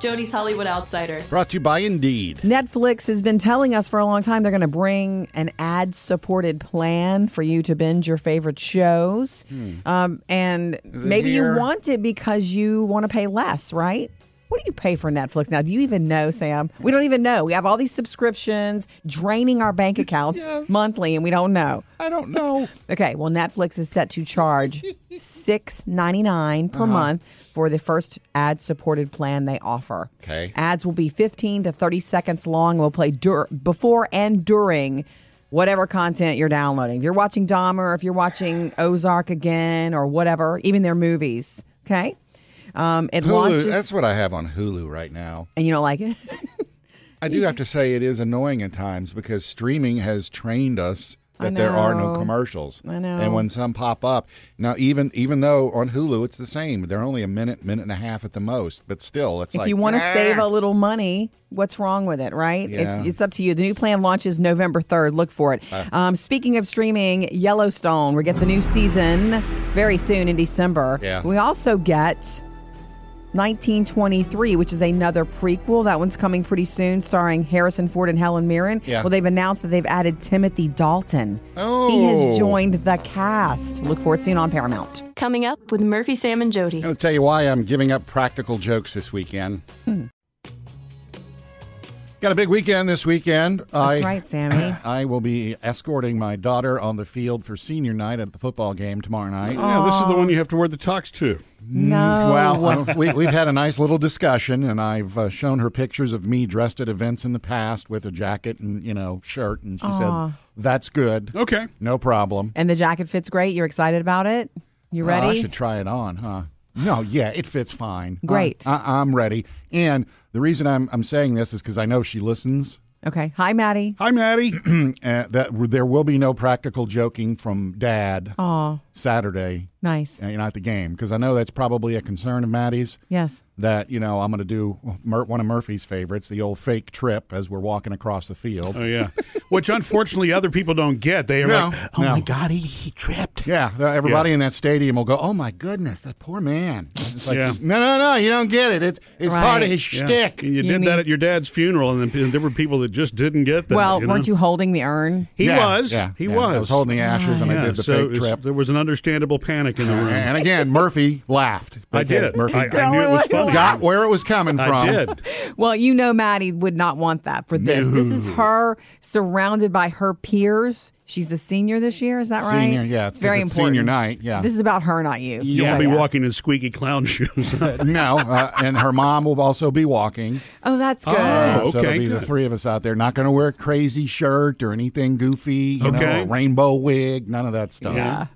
[SPEAKER 4] Jody's Hollywood Outsider.
[SPEAKER 3] Brought to you by Indeed.
[SPEAKER 2] Netflix has been telling us for a long time they're going to bring an ad supported plan for you to binge your favorite shows. Um, and
[SPEAKER 12] Hmm. Is it
[SPEAKER 2] maybe
[SPEAKER 12] here?
[SPEAKER 2] you want it because you want to pay less, right? What do you pay for Netflix now? Do you even know, Sam? We don't even know. We have all these subscriptions draining our bank accounts monthly, and we don't know.
[SPEAKER 3] I don't know.
[SPEAKER 2] Okay, well, Netflix is set to charge six ninety nine per
[SPEAKER 3] Uh-huh.
[SPEAKER 2] month for the first ad supported plan they offer.
[SPEAKER 3] Okay.
[SPEAKER 2] ads will be fifteen to thirty seconds long and will play dur- before and during whatever content you're downloading. If you're watching Dahmer, if you're watching Ozark again, or whatever, even their movies. Okay, um, it
[SPEAKER 3] Hulu.
[SPEAKER 2] launches.
[SPEAKER 3] That's what I have on Hulu right now.
[SPEAKER 2] and you don't like it?
[SPEAKER 3] I do have to say it is annoying at times because streaming has trained us
[SPEAKER 2] I
[SPEAKER 3] that there are no
[SPEAKER 2] know.
[SPEAKER 3] commercials.
[SPEAKER 2] I know.
[SPEAKER 3] And when some pop up, now even even though on Hulu it's the same, they're only a minute, minute and a half at the most, but still it's
[SPEAKER 2] if
[SPEAKER 3] like
[SPEAKER 2] you want to
[SPEAKER 3] "Ah."
[SPEAKER 2] save a little money, what's wrong with it, right? It's,
[SPEAKER 3] Yeah. Uh.
[SPEAKER 2] it's up to you. The new plan launches November 3rd. Look for it. Um, speaking of streaming, Yellowstone, we get the new season very soon in December.
[SPEAKER 12] Yeah.
[SPEAKER 2] We also get 1923, which is another prequel. That one's coming pretty soon, starring Harrison Ford and Helen Mirren.
[SPEAKER 12] Yeah.
[SPEAKER 2] Well, they've announced that they've added Timothy Dalton. He has
[SPEAKER 3] Oh.
[SPEAKER 2] joined the cast. Look for it soon on Paramount.
[SPEAKER 4] Coming up with Murphy, Sam, and Jody.
[SPEAKER 3] I'm going to tell you why I'm giving up practical jokes this weekend.
[SPEAKER 4] Hmm.
[SPEAKER 3] Got a big weekend this weekend.
[SPEAKER 2] That's right, Sammy.
[SPEAKER 3] I will be escorting my daughter on the field for senior night at the football game tomorrow night.
[SPEAKER 1] Yeah, this is the one you have to wear the tux to.
[SPEAKER 2] No.
[SPEAKER 3] Well, uh, we, we've had a nice little discussion, and I've uh, shown her pictures of me dressed at events in the past with a jacket and you know shirt, and she
[SPEAKER 2] Aw.
[SPEAKER 3] said, "That's good.
[SPEAKER 1] Okay,
[SPEAKER 3] no problem.
[SPEAKER 2] And the jacket fits great. You're excited about it? You
[SPEAKER 3] Uh,
[SPEAKER 2] ready?
[SPEAKER 3] I should try it on, huh? No, yeah, it fits fine.
[SPEAKER 2] Great.
[SPEAKER 3] I, I, am ready. And the reason I'm I'm saying this is because I know she listens.
[SPEAKER 2] Okay. Hi, Maddie.
[SPEAKER 1] Hi, Maddie.
[SPEAKER 3] uh, that there will be no practical joking from Dad
[SPEAKER 2] Aw.
[SPEAKER 3] Saturday. uh,
[SPEAKER 2] Nice.
[SPEAKER 3] you know, at the game because I know that's probably a concern of Maddie's.
[SPEAKER 2] Yes.
[SPEAKER 3] That you know I'm going to do Mur- one of Murphy's favorites, the old fake trip as we're walking across the field.
[SPEAKER 1] Oh yeah, which unfortunately other people don't get. They are
[SPEAKER 3] No,
[SPEAKER 1] like, oh my
[SPEAKER 3] no.
[SPEAKER 1] god, he, he tripped.
[SPEAKER 3] Yeah, uh, everybody
[SPEAKER 1] Yeah.
[SPEAKER 3] in that stadium will go, "Oh my goodness, that poor man." It's like,
[SPEAKER 1] Yeah.
[SPEAKER 3] no, no, no, you don't get it. It's it's part of his
[SPEAKER 1] Yeah.
[SPEAKER 3] shtick.
[SPEAKER 1] You did that at your dad's funeral, and then there were people that just didn't get that.
[SPEAKER 2] well,
[SPEAKER 1] you know?
[SPEAKER 2] weren't you holding the urn?
[SPEAKER 1] He
[SPEAKER 3] Yeah,
[SPEAKER 1] was.
[SPEAKER 3] yeah,
[SPEAKER 1] he
[SPEAKER 3] yeah.
[SPEAKER 1] was.
[SPEAKER 3] I was holding the ashes and I did the
[SPEAKER 1] so
[SPEAKER 3] fake
[SPEAKER 1] it's-
[SPEAKER 3] trip.
[SPEAKER 1] There was an understandable panic in the room.
[SPEAKER 3] And again, Murphy laughed.
[SPEAKER 1] I
[SPEAKER 3] Both hands,
[SPEAKER 1] did.
[SPEAKER 3] Murphy
[SPEAKER 1] I- I knew it was funny.
[SPEAKER 3] got where it was coming from.
[SPEAKER 1] I did.
[SPEAKER 2] Well, you know Maddie would not want that for this. This is
[SPEAKER 3] No.
[SPEAKER 2] her surrounded by her peers. She's a senior this year, is that right?
[SPEAKER 3] Senior, yeah, it's 'cause
[SPEAKER 2] very
[SPEAKER 3] it's
[SPEAKER 2] important.
[SPEAKER 3] senior night, yeah.
[SPEAKER 2] This is about her, not you.
[SPEAKER 1] You'll
[SPEAKER 3] Yeah.
[SPEAKER 1] be
[SPEAKER 3] Yeah.
[SPEAKER 1] walking in squeaky clown shoes.
[SPEAKER 3] no, uh, and her mom will also be walking.
[SPEAKER 2] Oh, that's good.
[SPEAKER 1] Oh,
[SPEAKER 3] so it'll
[SPEAKER 1] okay,
[SPEAKER 3] be the
[SPEAKER 1] good.
[SPEAKER 3] three of us out there. Not going to wear a crazy shirt or anything goofy. You
[SPEAKER 1] Okay.
[SPEAKER 3] know, a rainbow wig, none of that stuff.
[SPEAKER 1] Yeah.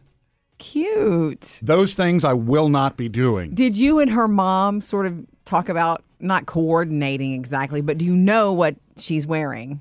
[SPEAKER 2] Cute.
[SPEAKER 3] Those things I will not be doing.
[SPEAKER 2] Did you and her mom sort of talk about not coordinating exactly, but do you know what she's wearing?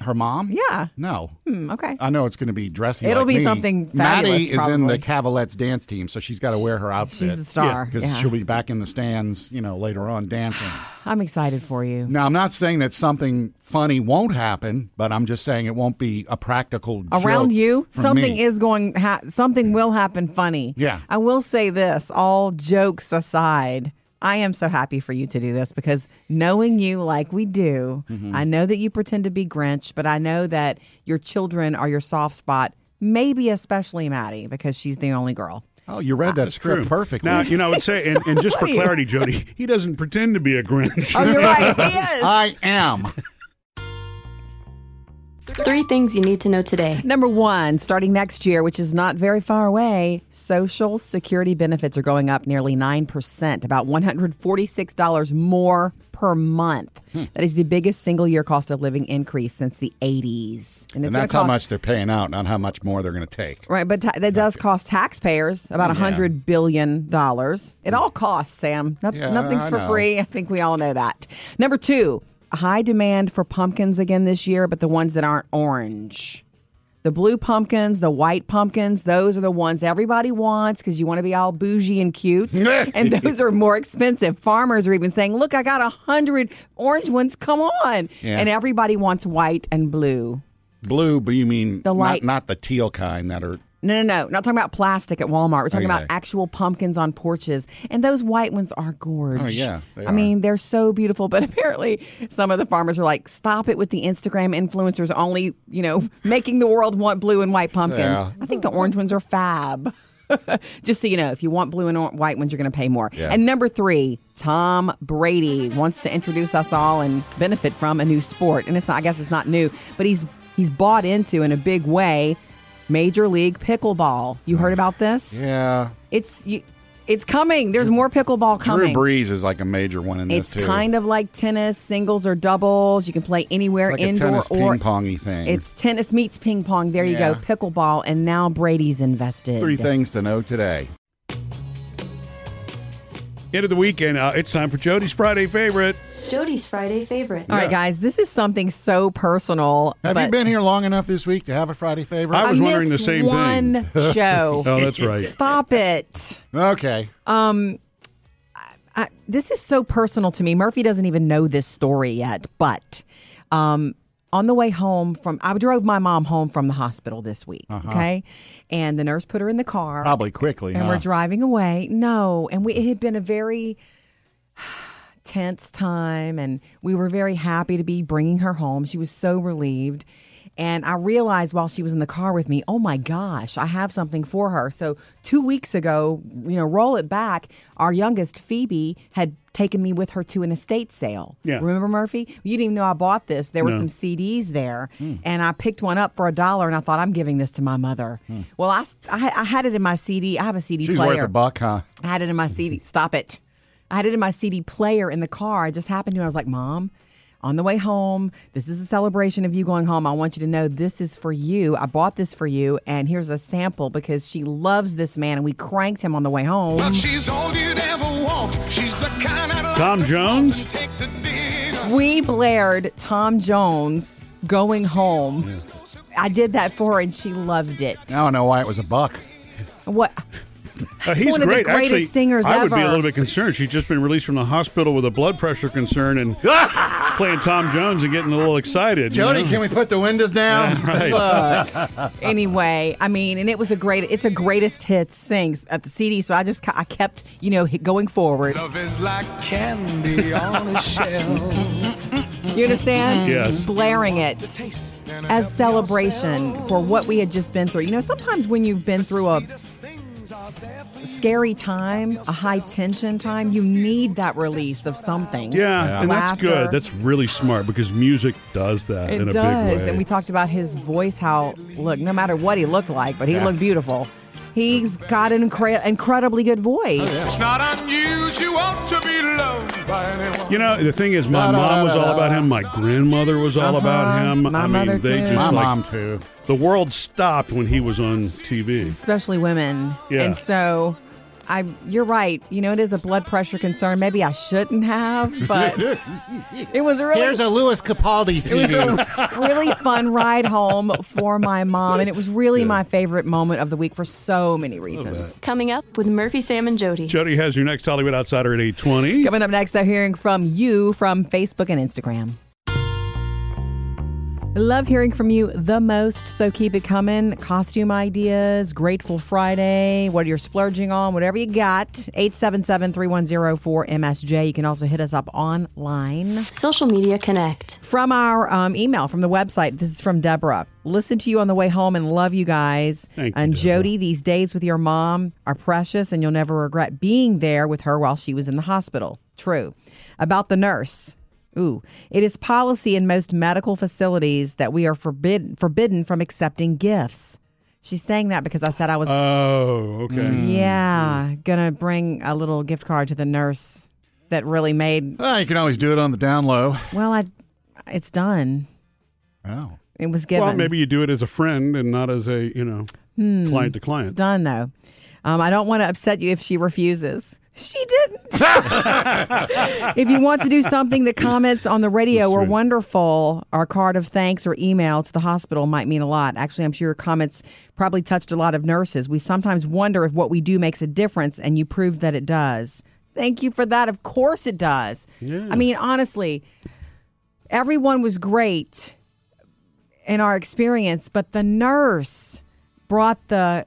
[SPEAKER 3] Her mom?
[SPEAKER 2] Yeah.
[SPEAKER 3] No.
[SPEAKER 2] Hmm, okay.
[SPEAKER 3] I know it's going to be dressy.
[SPEAKER 2] It'll
[SPEAKER 3] like
[SPEAKER 2] be
[SPEAKER 3] me.
[SPEAKER 2] something fabulous,
[SPEAKER 3] Maddie is in
[SPEAKER 2] probably.
[SPEAKER 3] the Cavalettes dance team, so she's got to wear her outfit.
[SPEAKER 2] She's the star,
[SPEAKER 3] because
[SPEAKER 2] yeah.
[SPEAKER 3] she'll be back in the stands, you know, later on dancing.
[SPEAKER 2] I'm excited for you.
[SPEAKER 3] Now, I'm not saying that something funny won't happen, but I'm just saying it won't be a practical
[SPEAKER 2] Around
[SPEAKER 3] joke
[SPEAKER 2] you,
[SPEAKER 3] from
[SPEAKER 2] something
[SPEAKER 3] me.
[SPEAKER 2] is going. Ha- something will happen. Funny.
[SPEAKER 3] Yeah.
[SPEAKER 2] I will say this. All jokes aside, I am so happy for you to do this because knowing you like we do,
[SPEAKER 3] Mm-hmm.
[SPEAKER 2] I know that you pretend to be Grinch, but I know that your children are your soft spot. Maybe especially Maddie because she's the only girl.
[SPEAKER 3] Oh, you read that script perfectly.
[SPEAKER 1] Now, you know, I would say, and, and just for
[SPEAKER 2] Sorry.
[SPEAKER 1] clarity, Jody, he doesn't pretend to be a Grinch.
[SPEAKER 2] Oh, you're right. He is.
[SPEAKER 3] I am.
[SPEAKER 4] Three things you need to know today.
[SPEAKER 2] Number one, starting next year, which is not very far away, Social Security benefits are going up nearly 9%, about $146 more per month.
[SPEAKER 3] Hmm.
[SPEAKER 2] That is the biggest single year cost of living increase since the 80s. it's
[SPEAKER 3] And
[SPEAKER 2] gonna
[SPEAKER 3] that's how
[SPEAKER 2] cost-
[SPEAKER 3] much they're paying out, not how much more they're going to take.
[SPEAKER 2] Right, but ta- that does cost taxpayers about a hundred billion dollars. It all costs, Sam. Noth-
[SPEAKER 3] Yeah,
[SPEAKER 2] nothing's
[SPEAKER 3] I
[SPEAKER 2] for
[SPEAKER 3] know.
[SPEAKER 2] free. I think we all know that. Number two, a high demand for pumpkins again this year, but the ones that aren't orange. The blue pumpkins, the white pumpkins, those are the ones everybody wants because you want to be all bougie and cute. and those are more expensive. Farmers are even saying, Look, I got a hundred orange ones. Come on.
[SPEAKER 3] Yeah.
[SPEAKER 2] And everybody wants white and blue.
[SPEAKER 3] Blue, but you mean
[SPEAKER 2] The light-
[SPEAKER 3] not, not the teal kind that are.
[SPEAKER 2] No, no, no. Not talking about plastic at Walmart. We're talking about
[SPEAKER 3] Okay.
[SPEAKER 2] actual pumpkins on porches. And those white ones are gorgeous.
[SPEAKER 3] Oh, yeah, they
[SPEAKER 2] I
[SPEAKER 3] are.
[SPEAKER 2] mean, they're so beautiful. But apparently, some of the farmers are like, stop it with the Instagram influencers only, you know, making the world want blue and white pumpkins.
[SPEAKER 3] Yeah.
[SPEAKER 2] I think the orange ones are fab. Just so you know, if you want blue and or- white ones, you're going to pay more.
[SPEAKER 3] Yeah.
[SPEAKER 2] And number three, Tom Brady wants to introduce us all and benefit from a new sport. And it's not, I guess it's not new, but he's he's bought into in a big way Major League Pickleball. You heard about this?
[SPEAKER 3] Yeah.
[SPEAKER 2] It's you, it's coming. There's more pickleball coming.
[SPEAKER 3] Drew Brees is like a major one in
[SPEAKER 2] it's
[SPEAKER 3] this, too.
[SPEAKER 2] kind of like tennis, singles or doubles. You can play anywhere,
[SPEAKER 3] like
[SPEAKER 2] indoor
[SPEAKER 3] a tennis
[SPEAKER 2] or
[SPEAKER 3] ping pongy thing.
[SPEAKER 2] It's tennis meets ping pong. There you
[SPEAKER 3] Yeah.
[SPEAKER 2] go, pickleball, and now Brady's invested.
[SPEAKER 3] three things to know today.
[SPEAKER 1] End of the weekend. Uh, it's time for Jody's Friday favorite.
[SPEAKER 4] Jody's Friday favorite.
[SPEAKER 2] All right, guys, this is something so personal.
[SPEAKER 3] Have
[SPEAKER 2] but
[SPEAKER 3] you been here long enough this week to have a Friday favorite?
[SPEAKER 1] I was wondering the
[SPEAKER 2] missed
[SPEAKER 1] same thing.
[SPEAKER 2] one show.
[SPEAKER 1] Oh, that's right.
[SPEAKER 2] Stop it.
[SPEAKER 3] okay.
[SPEAKER 2] I, this is so personal to me. Murphy doesn't even know this story yet, but um, on the way home from, I drove my mom home from the hospital this week.
[SPEAKER 1] Uh-huh.
[SPEAKER 2] Okay, and the nurse put her in the car.
[SPEAKER 3] Probably quickly.
[SPEAKER 2] and
[SPEAKER 3] huh?
[SPEAKER 2] we're driving away. No, and we it had been a very tense time, and we were very happy to be bringing her home. She was so relieved, and I realized while she was in the car with me, oh my gosh, I have something for her. So two weeks ago, you know, roll it back. Our youngest Phoebe had taken me with her to an estate sale.
[SPEAKER 1] Yeah.
[SPEAKER 2] remember Murphy? You didn't even know I bought this. There were
[SPEAKER 1] No.
[SPEAKER 2] some CDs there,
[SPEAKER 3] Hmm.
[SPEAKER 2] and I picked one up for a dollar, and I thought I'm giving this to my mother. Well, I, I I had it in my CD. I have a CD
[SPEAKER 3] Hmm. She's
[SPEAKER 2] player.
[SPEAKER 3] worth a buck, huh?
[SPEAKER 2] I had it in my CD. Stop it. I had it in my CD player in the car. It just happened to me. I was like, Mom, on the way home, this is a celebration of you going home. I want you to know this is for you. I bought this for you, and here's a sample because she loves this man, and we cranked him on the way home.
[SPEAKER 6] she's all you'd ever want. She's the kind I'd like
[SPEAKER 1] Tom
[SPEAKER 6] to
[SPEAKER 1] Jones?
[SPEAKER 6] take to dinner.
[SPEAKER 2] We blared Tom Jones going home. I did that for her, and she loved it.
[SPEAKER 3] I don't know why it was a buck.
[SPEAKER 2] What?
[SPEAKER 1] Uh, he's
[SPEAKER 2] one of the
[SPEAKER 1] great.
[SPEAKER 2] greatest
[SPEAKER 1] Actually,
[SPEAKER 2] singers
[SPEAKER 1] I would be a
[SPEAKER 2] ever.
[SPEAKER 1] little bit concerned. She's just been released from the hospital with a blood pressure concern and playing Tom Jones and getting a little excited. you
[SPEAKER 3] Jody,
[SPEAKER 1] know?
[SPEAKER 3] can we put the windows down?
[SPEAKER 1] Yeah,
[SPEAKER 2] right. anyway, I mean, and it was a great, it's a greatest hits sings at the CD. So I just, ca- I kept, you know, hit- going forward.
[SPEAKER 6] Love is like candy on a shelf.
[SPEAKER 2] You
[SPEAKER 1] Mm-hmm.
[SPEAKER 2] understand?
[SPEAKER 6] Yes.
[SPEAKER 2] Blaring it as celebration for what we had just been through. You know, sometimes when you've been through a s- scary time, a high tension time, you need that release of something.
[SPEAKER 1] Yeah, and that's
[SPEAKER 2] Laughter.
[SPEAKER 1] good. That's really smart because music does that
[SPEAKER 2] It
[SPEAKER 1] in a big
[SPEAKER 2] does.
[SPEAKER 1] way.
[SPEAKER 2] And we talked about his voice, how, look, no matter what he looked like, but he
[SPEAKER 1] Yeah.
[SPEAKER 2] looked beautiful. He's got an incre- incredibly good voice.
[SPEAKER 1] Oh,
[SPEAKER 6] It's not unusual to be loved by anyone.
[SPEAKER 1] you know, the thing is, my mom was all about him. My grandmother was all about
[SPEAKER 2] Uh-huh.
[SPEAKER 1] him.
[SPEAKER 2] My
[SPEAKER 1] I mean,
[SPEAKER 2] mother,
[SPEAKER 1] they
[SPEAKER 2] too.
[SPEAKER 1] just
[SPEAKER 2] My
[SPEAKER 1] like,
[SPEAKER 2] mom,
[SPEAKER 3] too.
[SPEAKER 1] The world stopped when he was on TV.
[SPEAKER 2] Especially women.
[SPEAKER 1] Yeah.
[SPEAKER 2] And so I you're right. You know, it is a blood pressure concern. Maybe I shouldn't have, but it was a really
[SPEAKER 3] Here's a Louis Capaldi
[SPEAKER 2] it was
[SPEAKER 3] CD.
[SPEAKER 2] a really fun ride home for my mom, and it was really my favorite moment of the week for so many reasons.
[SPEAKER 4] Coming up with Murphy, Sam, and Jody.
[SPEAKER 1] Jody has your next Hollywood Outsider at 820.
[SPEAKER 2] Coming up next, they're hearing from you from Facebook and Instagram. Love hearing from you the most, so keep it coming. Costume ideas, Grateful Friday, what you're splurging on, whatever you got. 877-3104-MSJ. You can also hit us up online.
[SPEAKER 4] Social Media Connect.
[SPEAKER 2] From our um, email, from the website, this is from Deborah. Listen to you on the way home and love you guys.
[SPEAKER 1] Thank you,
[SPEAKER 2] and
[SPEAKER 1] Deborah.
[SPEAKER 2] Jody, these days with your mom are precious and you'll never regret being there with her while she was in the hospital. True. About the nurse. Ooh, it is policy in most medical facilities that we are forbidden forbidden from accepting gifts. She's saying that because I said I was
[SPEAKER 1] Oh, okay.
[SPEAKER 2] Mm. yeah, gonna bring a little gift card to the nurse that really made
[SPEAKER 3] Well, you can always do it on the down low.
[SPEAKER 2] well, I it's done.
[SPEAKER 3] Oh.
[SPEAKER 2] It was given.
[SPEAKER 1] Well, maybe you do it as a friend and not as a, you know,
[SPEAKER 2] Hmm.
[SPEAKER 1] client to
[SPEAKER 2] It's
[SPEAKER 1] client.
[SPEAKER 2] done though. Um, I don't want to upset you if she refuses. She didn't. if you want to do something, the comments on the radio were wonderful. Our card of thanks or email to the hospital might mean a lot. Actually, I'm sure your comments probably touched a lot of nurses. We sometimes wonder if what we do makes a difference, and you proved that it does. Thank you for that. Of course it does. I mean, honestly, everyone was great in our experience, but the nurse brought the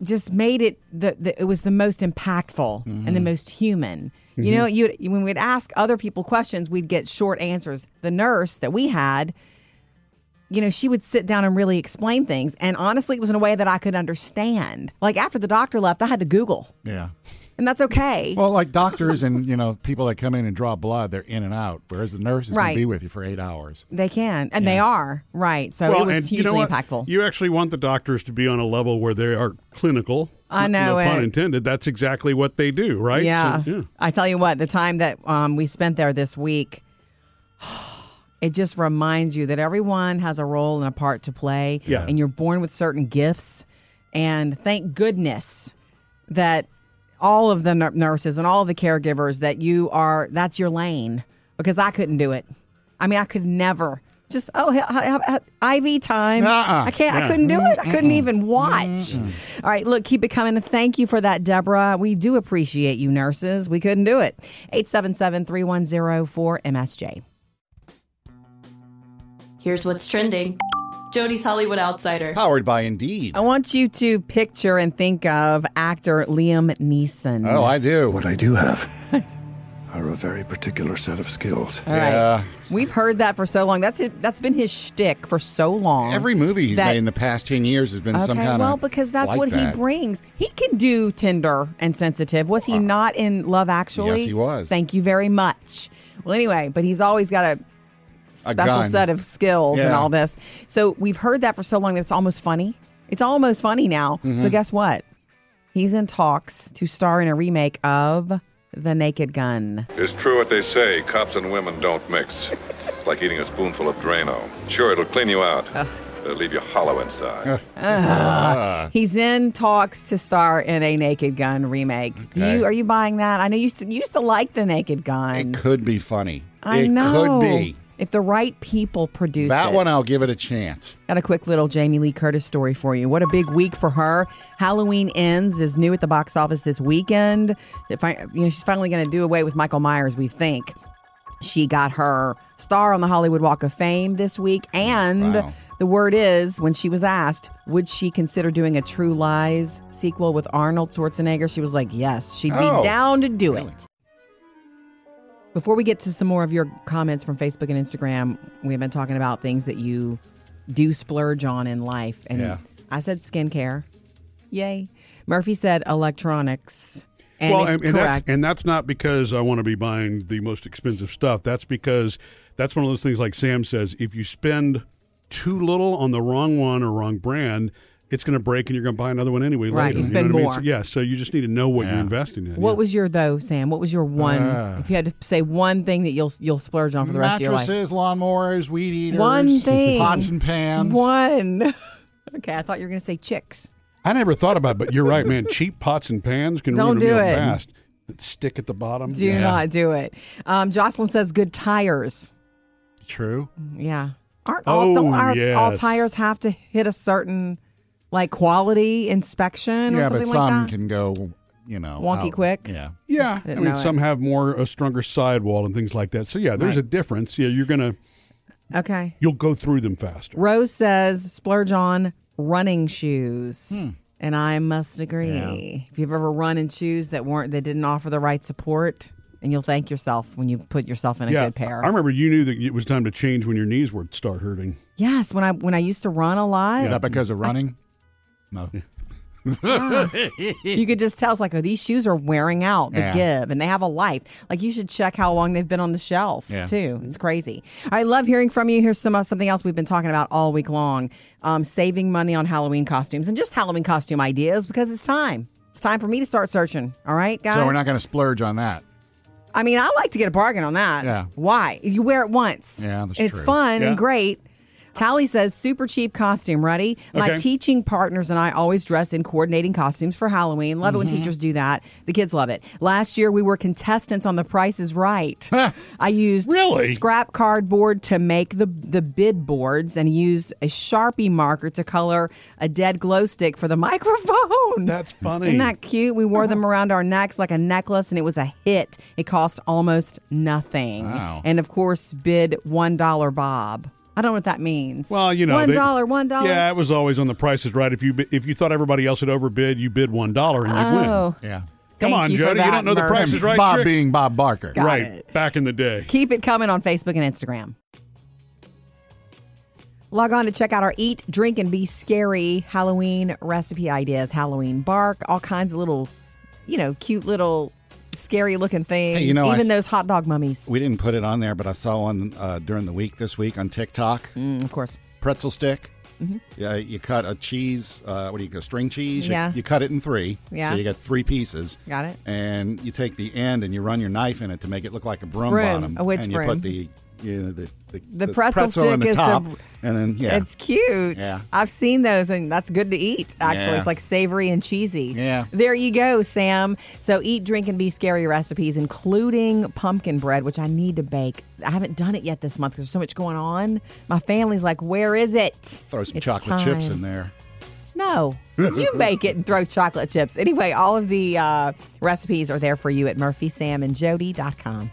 [SPEAKER 2] just made it the, the it was the most impactful and
[SPEAKER 1] Mm-hmm.
[SPEAKER 2] the most human. You know, you when we'd ask other people questions, we'd get short answers. The nurse that we had, you know, she would sit down and really explain things, and honestly, it was in a way that I could understand. Like after the doctor left, I had to Google,
[SPEAKER 3] Yeah.
[SPEAKER 2] and that's okay.
[SPEAKER 3] Well, like doctors and you know people that come in and draw blood, they're in and out. Whereas the nurse is going
[SPEAKER 2] Right.
[SPEAKER 3] to be with you for eight hours.
[SPEAKER 2] they can, and they are right. So
[SPEAKER 1] Well,
[SPEAKER 2] it was
[SPEAKER 1] and
[SPEAKER 2] hugely
[SPEAKER 1] you know what?
[SPEAKER 2] impactful.
[SPEAKER 1] You actually want the doctors to be on a level where they are clinical.
[SPEAKER 2] I know
[SPEAKER 1] No pun
[SPEAKER 2] it.
[SPEAKER 1] intended. That's exactly what they do, right? So,
[SPEAKER 2] Yeah.
[SPEAKER 1] yeah.
[SPEAKER 2] I tell you what, the time that um, we spent there this week, it just reminds you that everyone has a role and a part to play.
[SPEAKER 6] Yeah.
[SPEAKER 2] And you're born with certain gifts. And thank goodness that all of the nur- nurses and all of the caregivers that you are, that's your lane because I couldn't do it. I mean, I could never. Just oh, he- he- he- IV time.
[SPEAKER 6] Uh-uh.
[SPEAKER 2] I can't. I
[SPEAKER 6] Yeah.
[SPEAKER 2] couldn't do it. I couldn't
[SPEAKER 6] Mm-mm.
[SPEAKER 2] even watch. All right, look, keep it coming. Thank you for that, Deborah. We do appreciate you, nurses. We couldn't do it. 877 310 4MSJ.
[SPEAKER 4] Here's what's trending Jody's Hollywood Outsider.
[SPEAKER 3] Powered by Indeed.
[SPEAKER 2] I want you to picture and think of actor Liam Neeson.
[SPEAKER 12] Oh, I do. What I do have are a very particular set of skills.
[SPEAKER 2] All right. We've heard that for so long. That's it. That's been his shtick for so long.
[SPEAKER 3] Every movie he's
[SPEAKER 2] that-
[SPEAKER 3] made in the past ten years has been
[SPEAKER 2] okay,
[SPEAKER 3] some kind
[SPEAKER 2] well,
[SPEAKER 3] of
[SPEAKER 2] because that's
[SPEAKER 3] like
[SPEAKER 2] what
[SPEAKER 3] that.
[SPEAKER 2] he brings. He can do tender and sensitive. Was he not in Love Actually?
[SPEAKER 3] Uh, Yes, he was.
[SPEAKER 2] Thank you very much. Well, anyway, but he's always got a
[SPEAKER 3] A
[SPEAKER 2] special
[SPEAKER 3] gun.
[SPEAKER 2] set of skills and
[SPEAKER 3] Yeah.
[SPEAKER 2] all this. So we've heard that for so long that it's almost funny. It's almost funny now. So
[SPEAKER 3] Mm-hmm.
[SPEAKER 6] Mhm.
[SPEAKER 2] guess what? He's in talks to star in a remake of The Naked Gun.
[SPEAKER 14] It's true what they say cops and women don't mix. It's like eating a spoonful of Drano. Sure, it'll clean you out, it'll leave you hollow inside.
[SPEAKER 3] Uh.
[SPEAKER 2] Ugh. He's in talks to star in a Naked Gun remake. Do
[SPEAKER 3] Okay.
[SPEAKER 2] you are you buying that? I know you used to, you used to like the Naked Gun.
[SPEAKER 3] Could be funny.
[SPEAKER 2] I
[SPEAKER 3] it
[SPEAKER 2] know.
[SPEAKER 3] could be.
[SPEAKER 2] If the right people produce
[SPEAKER 3] That
[SPEAKER 2] it.
[SPEAKER 3] one, I'll give it a chance.
[SPEAKER 2] Got a quick little Jamie Lee Curtis story for you. What a big week for her. Halloween Ends is new at the box office this weekend. If I, you know, she's finally going to do away with Michael Myers, we think. She got her star on the Hollywood Walk of Fame this week. And
[SPEAKER 3] Wow.
[SPEAKER 2] the word is, when she was asked, would she consider doing a True Lies sequel with Arnold Schwarzenegger? She was like, yes, she'd
[SPEAKER 6] Oh.
[SPEAKER 2] be down to do it. Before we get to some more of your comments from Facebook and Instagram, we've been talking about things that you do splurge on in life. And
[SPEAKER 6] Yeah.
[SPEAKER 2] I said skincare. Yay. Murphy said electronics. And
[SPEAKER 1] well,
[SPEAKER 2] it's
[SPEAKER 1] and, and that's,
[SPEAKER 2] correct.
[SPEAKER 1] and that's not because I want to be buying the most expensive stuff. That's because that's one of those things, like Sam says, if you spend too little on the wrong one or wrong brand, it's going to break and you're going to buy another one anyway
[SPEAKER 2] Right,
[SPEAKER 1] later.
[SPEAKER 2] you spend
[SPEAKER 1] know what I mean?
[SPEAKER 2] more.
[SPEAKER 1] So- yeah, so you just need to know what you're investing in.
[SPEAKER 2] What was your though, Sam? What was your one?
[SPEAKER 1] Ah.
[SPEAKER 2] if you had to say one thing that you'll you'll splurge on for the rest of your life,
[SPEAKER 3] Mattresses, lawnmowers, weed eaters,
[SPEAKER 2] One thing.
[SPEAKER 3] pots and pans.
[SPEAKER 2] one. okay, I thought you were going to say chicks.
[SPEAKER 1] I never thought about it, but you're right, man. Cheap pots and pans can ruin
[SPEAKER 2] Don't
[SPEAKER 1] a
[SPEAKER 2] do
[SPEAKER 1] meal
[SPEAKER 2] it.
[SPEAKER 1] fast. That stick at the bottom.
[SPEAKER 2] Do not do it. Um, Jocelyn says good tires.
[SPEAKER 3] True.
[SPEAKER 2] Yeah. Aren't all, don't,
[SPEAKER 1] Oh,
[SPEAKER 2] aren't all
[SPEAKER 1] yes.
[SPEAKER 2] tires have to hit a certain like quality inspection or
[SPEAKER 3] Yeah,
[SPEAKER 2] something
[SPEAKER 3] but
[SPEAKER 2] like
[SPEAKER 3] some
[SPEAKER 2] that?
[SPEAKER 3] can go, you know,
[SPEAKER 2] Wonky
[SPEAKER 3] out-
[SPEAKER 2] quick.
[SPEAKER 3] Yeah.
[SPEAKER 1] Yeah, I
[SPEAKER 2] Didn't
[SPEAKER 1] mean,
[SPEAKER 2] know it.
[SPEAKER 1] some have more a stronger sidewall and things like that. So yeah, there's
[SPEAKER 2] Right.
[SPEAKER 1] a difference. Yeah, you're gonna
[SPEAKER 2] Okay.
[SPEAKER 1] you'll go through them faster.
[SPEAKER 2] Rose says splurge on running shoes.
[SPEAKER 3] Hmm.
[SPEAKER 2] And I must agree. If you've ever run in shoes that weren't that didn't offer the right support, and you'll thank yourself when you put yourself in a
[SPEAKER 1] yeah,
[SPEAKER 2] good pair.
[SPEAKER 1] I remember you knew that it was time to change when your knees would start hurting.
[SPEAKER 2] yes, when I when I used to run a lot.
[SPEAKER 1] Is that
[SPEAKER 3] because of running? No.
[SPEAKER 2] you could just tell it's like, oh, these shoes are wearing out. They
[SPEAKER 3] Yeah.
[SPEAKER 2] give and they have a life. Like you should check how long they've been on the shelf
[SPEAKER 6] Yeah.
[SPEAKER 2] too. It's crazy. I love hearing from you. Here's some uh, something else we've been talking about all week long: um, saving money on Halloween costumes and just Halloween costume ideas because it's time. It's time for me to start searching. All right, guys.
[SPEAKER 3] So we're not going to splurge on that.
[SPEAKER 2] I mean, I like to get a bargain on that.
[SPEAKER 3] Yeah.
[SPEAKER 2] Why? You wear it once.
[SPEAKER 3] Yeah, that's
[SPEAKER 2] It's
[SPEAKER 3] true.
[SPEAKER 2] fun
[SPEAKER 3] Yeah.
[SPEAKER 2] and great. Tally says, super cheap costume. Ready? My
[SPEAKER 6] Okay.
[SPEAKER 2] teaching partners and I always dress in coordinating costumes for Halloween. Love it
[SPEAKER 3] Mm-hmm.
[SPEAKER 2] when
[SPEAKER 6] Mhm.
[SPEAKER 2] teachers do that. The kids love it. Last year, we were contestants on The Price is Right. I used
[SPEAKER 6] Really?
[SPEAKER 2] scrap cardboard to make the, the bid boards and used a Sharpie marker to color a dead glow stick for the microphone.
[SPEAKER 1] That's funny.
[SPEAKER 2] Isn't that cute? We wore
[SPEAKER 1] Uh-huh.
[SPEAKER 2] them around our necks like a necklace, and it was a hit. It cost almost nothing.
[SPEAKER 1] Wow.
[SPEAKER 2] And of course, bid one dollar bob. I don't know what that means.
[SPEAKER 1] Well, you know,
[SPEAKER 2] one
[SPEAKER 1] they-
[SPEAKER 2] dollar, one dollar.
[SPEAKER 1] Yeah, it was always on the prices right. If you bi- if you thought everybody else had overbid, you bid one dollar and you
[SPEAKER 2] Oh.
[SPEAKER 1] win.
[SPEAKER 3] Yeah.
[SPEAKER 1] Come
[SPEAKER 2] Thank
[SPEAKER 1] on,
[SPEAKER 2] you for
[SPEAKER 1] Jody. You
[SPEAKER 2] that,
[SPEAKER 1] don't know the
[SPEAKER 2] Murph.
[SPEAKER 1] prices right.
[SPEAKER 3] Bob
[SPEAKER 1] tricks?
[SPEAKER 3] being Bob Barker.
[SPEAKER 2] Got
[SPEAKER 1] right.
[SPEAKER 2] it.
[SPEAKER 1] Back in the day.
[SPEAKER 2] Keep it coming on Facebook and Instagram. Log on to check out our Eat, Drink, and Be Scary Halloween recipe ideas, Halloween bark, all kinds of little, you know, cute little scary looking things.
[SPEAKER 3] Hey, you know, I
[SPEAKER 2] even
[SPEAKER 3] s-
[SPEAKER 2] those hot dog mummies.
[SPEAKER 3] We didn't put it on there, but I saw one uh, during the week this week on TikTok.
[SPEAKER 2] Mm, of course.
[SPEAKER 3] Pretzel stick.
[SPEAKER 2] Mhm.
[SPEAKER 3] Yeah, you cut a cheese. Uh, what do you go? String cheese. You-
[SPEAKER 2] Yeah.
[SPEAKER 3] You, cut it in three.
[SPEAKER 2] Yeah.
[SPEAKER 3] So you got three pieces.
[SPEAKER 2] Got it?
[SPEAKER 3] And you take the end and you run your knife in it to make it look like a broom,
[SPEAKER 2] Broom,
[SPEAKER 3] bottom.
[SPEAKER 2] a witch
[SPEAKER 3] and you
[SPEAKER 2] broom.
[SPEAKER 3] put the you know, the, the,
[SPEAKER 2] The pretzel
[SPEAKER 3] on
[SPEAKER 2] stick
[SPEAKER 3] the
[SPEAKER 2] is the-
[SPEAKER 3] top, and then yeah,
[SPEAKER 2] It's cute.
[SPEAKER 3] Yeah.
[SPEAKER 2] I've seen those, and that's good to eat, actually.
[SPEAKER 3] Yeah.
[SPEAKER 2] It's like savory and cheesy.
[SPEAKER 3] Yeah.
[SPEAKER 2] There you go, Sam. So, eat, drink, and be scary recipes, including pumpkin bread, which I need to bake. I haven't done it yet this month because there's so much going on. My family's like, Where is it?
[SPEAKER 3] throw some
[SPEAKER 2] It's
[SPEAKER 3] chocolate chips
[SPEAKER 2] time.
[SPEAKER 3] in there.
[SPEAKER 2] No. You make it and throw chocolate chips. Anyway, all of the uh, recipes are there for you at murphysamandjody.com.